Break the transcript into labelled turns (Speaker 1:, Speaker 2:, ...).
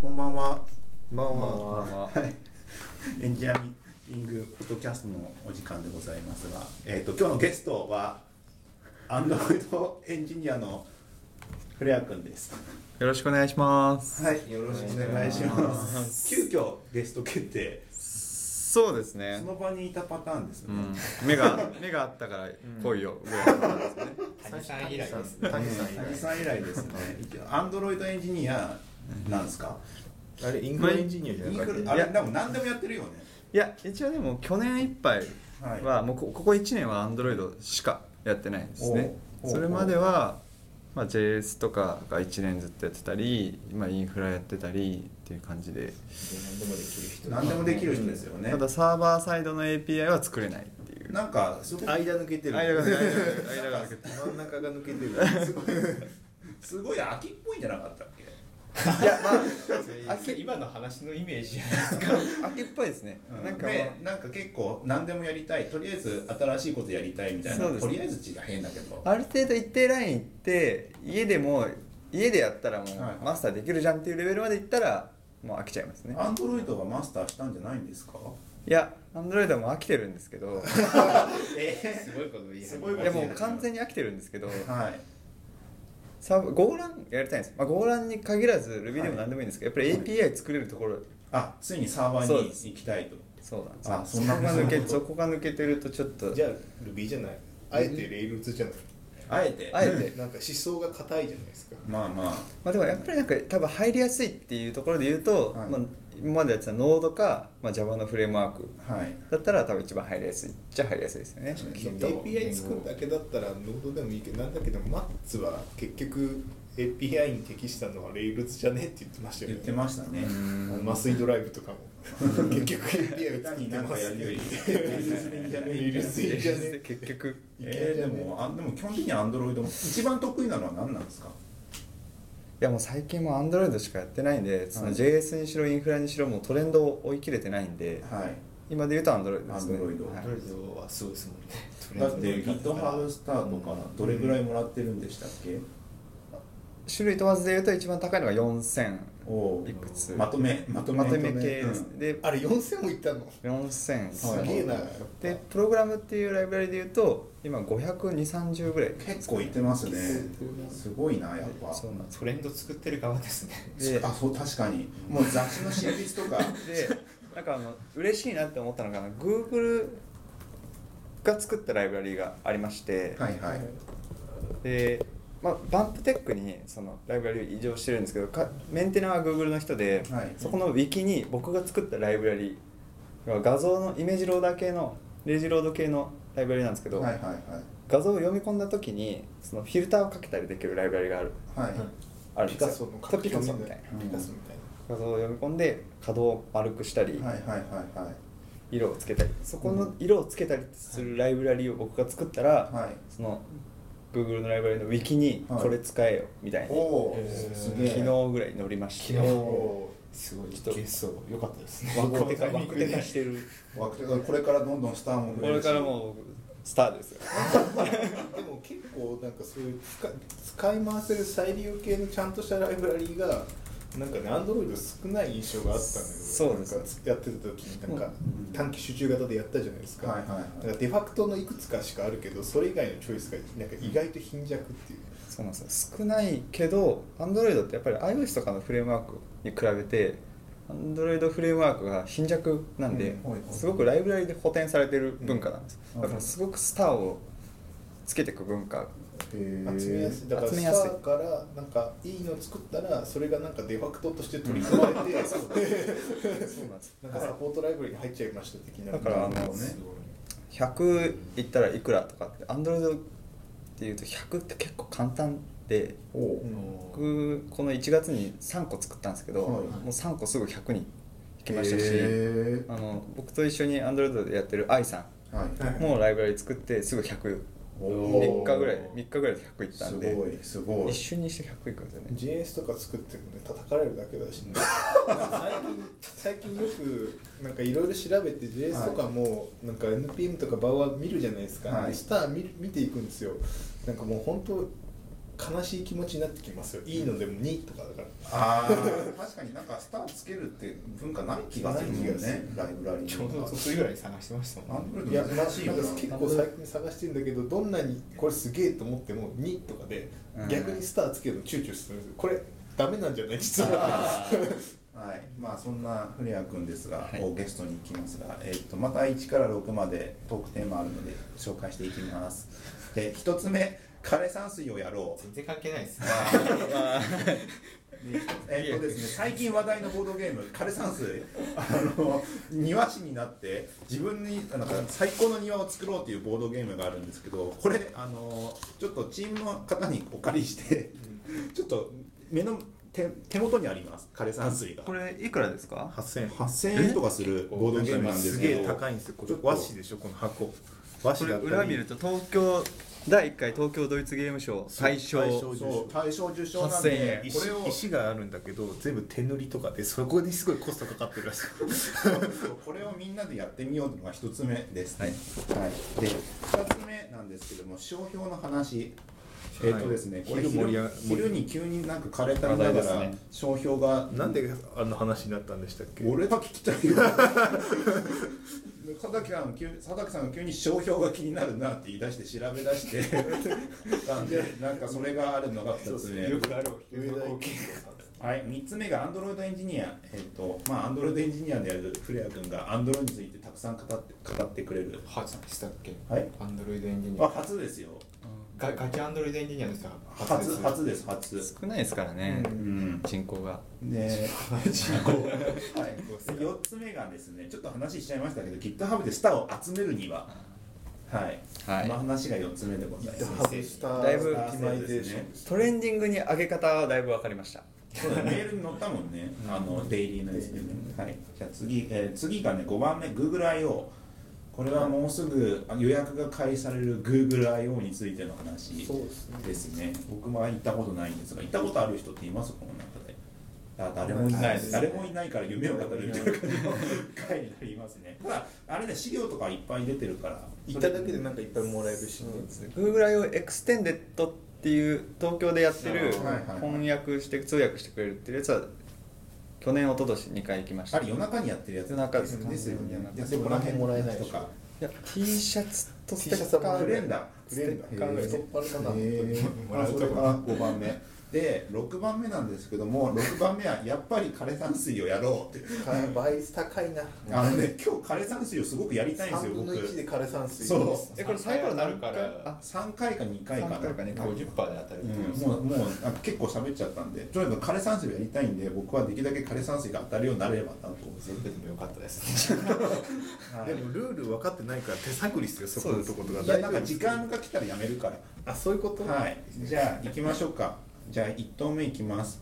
Speaker 1: こんばんは。
Speaker 2: まあま
Speaker 3: こんばんは
Speaker 1: はいエンジニアリングポッドキャストのお時間でございますが、えっ、と今日のゲストはアンドロイドエンジニアのフレア君です。
Speaker 3: よろしくお願いします。
Speaker 1: はい、
Speaker 2: よろしく
Speaker 1: お
Speaker 2: お
Speaker 1: 願
Speaker 2: 願
Speaker 1: い
Speaker 2: い
Speaker 1: し
Speaker 2: し
Speaker 1: ま。
Speaker 2: ます
Speaker 1: 急遽ゲスト決定。
Speaker 3: そうですね
Speaker 1: そ。の場にいたパターンです
Speaker 3: う
Speaker 1: ね。
Speaker 3: ん、目が 目があったから来いよ。ぐらいの感じですね
Speaker 4: 谷さん以来です
Speaker 2: あ。谷さん以
Speaker 1: 谷
Speaker 2: 来
Speaker 1: さん以来ですね。アンドロイドエンジニアなんですか。
Speaker 2: あれインフラエンジニアじゃ
Speaker 1: イン
Speaker 2: なか
Speaker 1: フ
Speaker 2: っ
Speaker 1: ル
Speaker 2: た
Speaker 1: あ
Speaker 3: い
Speaker 1: れ
Speaker 3: や
Speaker 1: でも何でもやってるよね。
Speaker 3: いや一応でも去年いっぱい
Speaker 1: はい。
Speaker 3: はもうこここ1年は Android しかやってないですね
Speaker 1: おうおう
Speaker 3: それまでは、まあ、JS とかが1年ずっとやってたり、まあ、インフラやってたりっていう感じで
Speaker 4: 何でもできる人。
Speaker 1: 何でもできる人ですよね
Speaker 3: た。だサーバーサイドの API は作れないっていう
Speaker 1: なんかすごく
Speaker 2: 間抜けてる
Speaker 3: 間が抜けてる間が抜けて
Speaker 2: 真ん中が抜けてる
Speaker 1: すごいすごい秋っぽいんじゃなかったっけ？
Speaker 4: 今の話のイメージ。
Speaker 3: 秋っぽいですね、
Speaker 1: うん
Speaker 3: なんかまあ
Speaker 1: でなんか結構何でもやりたいとりあえず新しいことやりたいみたいな、
Speaker 3: そうです
Speaker 1: と
Speaker 3: ね
Speaker 1: りあえず違う変だけど
Speaker 3: ある程度一定ライン行って家でも家でやったらも
Speaker 1: はいう
Speaker 3: マスターできるじゃんっていうレベルまでいったらもう飽きちゃいますね
Speaker 1: アンドロイドがマスターしたんじゃないんですか
Speaker 3: いやアンドロイドも飽きてるんですけ ど
Speaker 1: え
Speaker 4: すごいこと言い始
Speaker 1: す
Speaker 4: めた
Speaker 1: ごいこ
Speaker 3: い
Speaker 1: と
Speaker 3: や
Speaker 1: 言
Speaker 3: も
Speaker 1: いう
Speaker 3: 完全に飽きてるんですけど
Speaker 1: はい
Speaker 3: サーブゴーランやりたいんです、まあ、ゴーランに限らず Ruby でも何でもいいんですけど、やっぱり API 作れるところ
Speaker 1: あついにサーバ
Speaker 3: そう
Speaker 1: ーに
Speaker 3: です
Speaker 1: 行きたいと
Speaker 3: そうなんです
Speaker 1: あ
Speaker 3: よ
Speaker 1: そんな
Speaker 3: こが抜け
Speaker 1: こと
Speaker 3: そこが抜けてるとちょっと
Speaker 5: じゃあ Ruby じゃないあえてレイルズじゃない
Speaker 1: あえて
Speaker 3: あえて
Speaker 5: なんか思想が硬いじゃないですか
Speaker 1: まあまあ
Speaker 3: まあでもやっぱりなんか多分入りやすいっていうところで言うと、
Speaker 1: はい
Speaker 3: まあ、今までやってたノードか、まあ、Java のフレームワーク
Speaker 1: はい
Speaker 3: だったら多分一番入りやすいっちゃ入りやすいですよねきっと
Speaker 5: API 作るだけだったらノードでもいいけどなんだけど Mats は結局 API に適したのはレイルズじゃねって言ってましたよ
Speaker 1: 言っ
Speaker 5: ね
Speaker 1: てましたね
Speaker 5: マスイドライブとかも結局 API を
Speaker 1: 下手
Speaker 5: 作っ
Speaker 1: に
Speaker 5: て
Speaker 1: なん
Speaker 5: ま
Speaker 1: か
Speaker 5: す
Speaker 1: やるより
Speaker 5: ね
Speaker 1: レイ
Speaker 5: レイ
Speaker 1: ル
Speaker 5: ル
Speaker 1: ズ
Speaker 5: ズ
Speaker 1: いいんじゃね
Speaker 5: いいんじゃね
Speaker 3: 結局
Speaker 1: えー、でもあでも基本的にアンドロイドも一番得意なのは何なんですか
Speaker 3: いやもう最近もアンドロイドしかやってないんでその
Speaker 1: はい
Speaker 3: JS にしろインフラにしろもうトレンドを追い切れてないんで
Speaker 1: はい
Speaker 3: 今で言うとアンドロイドですね
Speaker 1: Android
Speaker 3: はい
Speaker 5: ドライブはすごいですもんね
Speaker 1: だって GitHub スターとかどれぐらいもらってるんでしたっけ、
Speaker 3: 種類問わずで言うと一番高いのが4000
Speaker 1: おう
Speaker 3: いくつ
Speaker 1: まとめまとめ
Speaker 3: まとめ系ですね、で
Speaker 5: あれ4000もいったの
Speaker 3: 4000
Speaker 5: すげえな
Speaker 3: でプログラムっていうライブラリで言うと今52030ぐらい
Speaker 1: うん結構いってますねすごいなやっぱ
Speaker 3: そうなんです
Speaker 4: トレンド作ってる側ですね。
Speaker 3: で
Speaker 1: あそう確かにもう雑誌の執筆 とか
Speaker 3: でなんかあの嬉しいなって思ったのが Google が作ったライブラリがありまして、
Speaker 1: はいはい
Speaker 3: で、まあ、バンプテックにそのライブラリを移譲してるんですけどかメンテナーは Google の人で、
Speaker 1: はい
Speaker 3: そこの Wiki に僕が作ったライブラリ画像のイメージローダー系のレイジロード系のライブラリなんですけど、
Speaker 1: はいはいはい
Speaker 3: 画像を読み込んだ時にそのフィルターをかけたりできるライブラリがある
Speaker 1: はい、
Speaker 3: あるん
Speaker 5: ピ
Speaker 3: です
Speaker 5: カ
Speaker 3: よ
Speaker 5: ソの
Speaker 3: とピカソみたいな
Speaker 1: な
Speaker 5: ピカソみたいな
Speaker 3: 画像を読み込んで可動を丸くしたり、
Speaker 1: はいはいはいはい
Speaker 3: 色をつけたりそこの色をつけたりするライブラリを僕が作ったら、
Speaker 1: はい
Speaker 3: その Google のライブラリの Wiki に
Speaker 1: はい
Speaker 3: これ使えよみたいな、
Speaker 1: おお
Speaker 5: えー
Speaker 1: すげえ
Speaker 3: 昨日ぐらい乗りまして
Speaker 1: 昨日
Speaker 5: すごい
Speaker 3: ちょっと
Speaker 5: ゲスト良かったですね
Speaker 3: ワクテカワクテカしてる
Speaker 1: わこれからどんどんスターも増
Speaker 3: こ
Speaker 1: え
Speaker 3: れ
Speaker 1: るし
Speaker 3: からもうスターですよ
Speaker 5: でも結構なんかそういう使い使い回せる再利用系のちゃんとしたライブラリーがなんかねアンドロイド少ない印象があったんだけど
Speaker 3: そうですね
Speaker 5: なんかやってた時になんか
Speaker 1: うん
Speaker 5: 短期集中型でやったじゃないですか,、
Speaker 1: はいはいはい
Speaker 5: なんかデファクトのいくつかしかあるけどそれ以外のチョイスがなんか意外と貧弱っていう、
Speaker 3: そうなんですよ少ないけど Android ってやっぱり iOS とかのフレームワークに比べて Android フレームワークが貧弱なんで、
Speaker 1: うんはいはい
Speaker 3: すごくライブラリで補填されてる文化なんです、
Speaker 1: うん
Speaker 3: だからすごくスターをつけていく文化
Speaker 1: へ
Speaker 5: 集めやすいだから
Speaker 3: 集
Speaker 5: ス
Speaker 3: め
Speaker 5: タ
Speaker 3: やすい
Speaker 5: ーからなんかいいの作ったらそれがなんかデファクトとして取り込まれ て
Speaker 3: そうなんです
Speaker 5: なんかサポートライブラリに入っちゃいました的な
Speaker 3: だからあの
Speaker 5: なん
Speaker 1: ね
Speaker 3: 100いったらいくらとかって Android っていうと100って結構簡単で
Speaker 1: おお
Speaker 5: う
Speaker 1: うん
Speaker 3: 僕この1月に3個作ったんですけど、
Speaker 1: はい
Speaker 3: もう3個すぐ100に行きましたし、
Speaker 1: へ
Speaker 3: あの僕と一緒に Android でやってる AI さん
Speaker 1: ーはい
Speaker 3: もうライブラリ作ってすぐ100
Speaker 1: お
Speaker 3: 3
Speaker 1: お
Speaker 3: 日ぐらいで3日ぐらいで100いった
Speaker 1: す
Speaker 3: んで
Speaker 1: ごいすごい
Speaker 3: 一瞬にして100いくんですよね
Speaker 5: JS とか作ってもね叩かれるだけだしね最近最近よくなんかいろいろ調べて JS とかもなんか NPM とかバウアー見るじゃないですか、
Speaker 1: はい
Speaker 5: スター見る見ていくんですよなんかもう本当悲しい気持ちになってきますよいいのでも2とかだから
Speaker 1: あー確かになんかスターつけるって文化ない気がするもん
Speaker 5: ない気がす
Speaker 1: ね
Speaker 5: る
Speaker 1: ライブラリー
Speaker 4: ちょうど卒ぐらい探してましたも
Speaker 1: ア
Speaker 4: ん、
Speaker 1: ンドロイ
Speaker 5: いや
Speaker 1: ド
Speaker 5: なな
Speaker 1: 難
Speaker 5: んか
Speaker 1: しい
Speaker 5: 結
Speaker 1: よな
Speaker 5: 構最近探してんだけどどんなにこれすげえと思っても2とかで
Speaker 1: うん
Speaker 5: 逆にスターつけるの躊躇するんですよこれダメなんじゃない実は
Speaker 1: はい、まあそんなフレア君ですが、をゲストに行きますが、えっとまた1から6までトークテーマあるので紹介していきます。で1つ目枯山水をやろう。
Speaker 4: 全然関係ないですね
Speaker 1: でえっとですね、最近話題のボードゲーム「枯山水」あの庭師になって自分になんか最高の庭を作ろうというボードゲームがあるんですけどこれあのちょっとチームの方にお借りしてちょっと目の手手元にあります枯山水が
Speaker 3: これいくらですか
Speaker 2: 8000円
Speaker 1: 8000円とかするボードゲームなんです
Speaker 2: す
Speaker 1: け
Speaker 2: げ
Speaker 1: ど
Speaker 2: え高いんですよこれ和紙でしょこの箱和
Speaker 3: こ
Speaker 2: 紙
Speaker 3: れ
Speaker 2: だったり
Speaker 3: 裏見ると東京第1回東京ドイツゲームショー大賞
Speaker 2: 大賞
Speaker 1: そう大賞受賞なん
Speaker 3: 8000
Speaker 1: で
Speaker 3: 円
Speaker 2: 石
Speaker 1: これを
Speaker 2: 石があるんだけど全部手塗りとかでそこにすごいコストかかってるら しい
Speaker 1: これを みんなでやってみようが一つ目ですね、はいで二つ目なんですけども商標の話えっ、とですね、
Speaker 2: はい
Speaker 1: これ
Speaker 2: 昼盛り
Speaker 1: 昼
Speaker 2: 上が
Speaker 1: 昼に急になんか枯れたりな
Speaker 3: 話題
Speaker 1: が
Speaker 3: です
Speaker 1: ら、
Speaker 3: ね
Speaker 1: 商標が
Speaker 2: なんであの話になったんでしたっけ
Speaker 1: 俺が聞きたいよ佐々木さん急佐々木さんが急に商標が気になるなって言い出して調べ出して なんでなんかそれがあるのが二つ目
Speaker 4: よくあるわけ
Speaker 5: 上
Speaker 4: ど
Speaker 5: 田幸
Speaker 1: はい、3つ目が Android エンジニア、えっとまあ、Android エンジニアであるフレア君が Android についてたくさん語って語ってくれる、
Speaker 4: 初でしたっけ
Speaker 1: はい
Speaker 4: アンドロイドエンジニ
Speaker 1: あ、
Speaker 4: ア
Speaker 1: 初ですよ
Speaker 4: ガガチアンドロイドエンジニアの人は
Speaker 1: 初
Speaker 4: です
Speaker 1: 初です初、
Speaker 3: 少ないですからね、
Speaker 1: うん、
Speaker 3: 人口が
Speaker 1: ではい、4つ目がですねちょっと話しちゃいましたけど GitHub でスターを集めるにははい、
Speaker 3: はい
Speaker 1: この話が4つ目でございます
Speaker 5: 外した
Speaker 3: だいぶ
Speaker 5: オプティマイゼーションです
Speaker 3: トレンディングに上げ方はだいぶ分かりました
Speaker 1: そうだねメールに載ったもんね、あのデイリーのやつでね。はい、じゃあ次、えー次がね、5番目、GoogleIO。これはもうすぐあ予約が開始される GoogleIO についての話
Speaker 5: そうですね
Speaker 1: ですね。僕も行ったことないんですが、行ったことある人っていますこの中で。あ誰もいないです、
Speaker 5: ない
Speaker 1: 誰もいないから夢を語るみたいな感じの回になりますね。ただ、あれね、資料とかいっぱい出てるから、
Speaker 5: 行っただけでなんかいっぱいもらえるし、ね
Speaker 3: GoogleIO エクステンデッドっていう東京でやって
Speaker 1: はい
Speaker 3: る
Speaker 1: はいはい
Speaker 3: 翻訳して通訳してくれるっていうやつは去年一昨年2回行きました
Speaker 1: あれ夜中にやってるやつ
Speaker 3: 夜中ですか
Speaker 1: ですよね。
Speaker 3: 夜中
Speaker 1: でそこら辺のやつと
Speaker 5: もらえない
Speaker 1: か
Speaker 5: で。
Speaker 3: いや T シャツとステ
Speaker 5: T シャ
Speaker 3: ッ
Speaker 5: ツ
Speaker 3: カ
Speaker 5: は
Speaker 1: フ
Speaker 5: も
Speaker 3: ー
Speaker 5: う
Speaker 1: レンダー。
Speaker 5: フレンダー考え太っ腹か
Speaker 1: へ
Speaker 5: な
Speaker 1: ー
Speaker 5: もら
Speaker 1: あ
Speaker 5: うと
Speaker 1: そ
Speaker 5: こ
Speaker 1: れが5番目。で、6番目なんですけども、6番目はやっぱり枯山水をやろうって。
Speaker 5: 倍率高いな
Speaker 1: あのね、今日枯山水をすごくやりたいんです
Speaker 5: 3
Speaker 1: よ、
Speaker 5: 分の
Speaker 1: 僕。
Speaker 5: 1で枯山水
Speaker 1: そう
Speaker 3: えこれサイコロ何
Speaker 4: か
Speaker 3: 回
Speaker 4: ら
Speaker 1: 3回か2回かな。
Speaker 3: 3回か2回
Speaker 4: 50%で当たるっていう
Speaker 1: うん、もうもうあ結構喋っちゃったんで、とにかく枯山水をやりたいんで、僕はできるだけ枯山水が当たるようになれればなと。
Speaker 4: 全部でも良かったですね
Speaker 2: でもルール分かってないから手探りですよそこのところが
Speaker 1: いや、なんか時間が来たらやめるから。
Speaker 5: あそういうこと
Speaker 1: はい、じゃあ行きましょうか。じゃあ1投目いきます。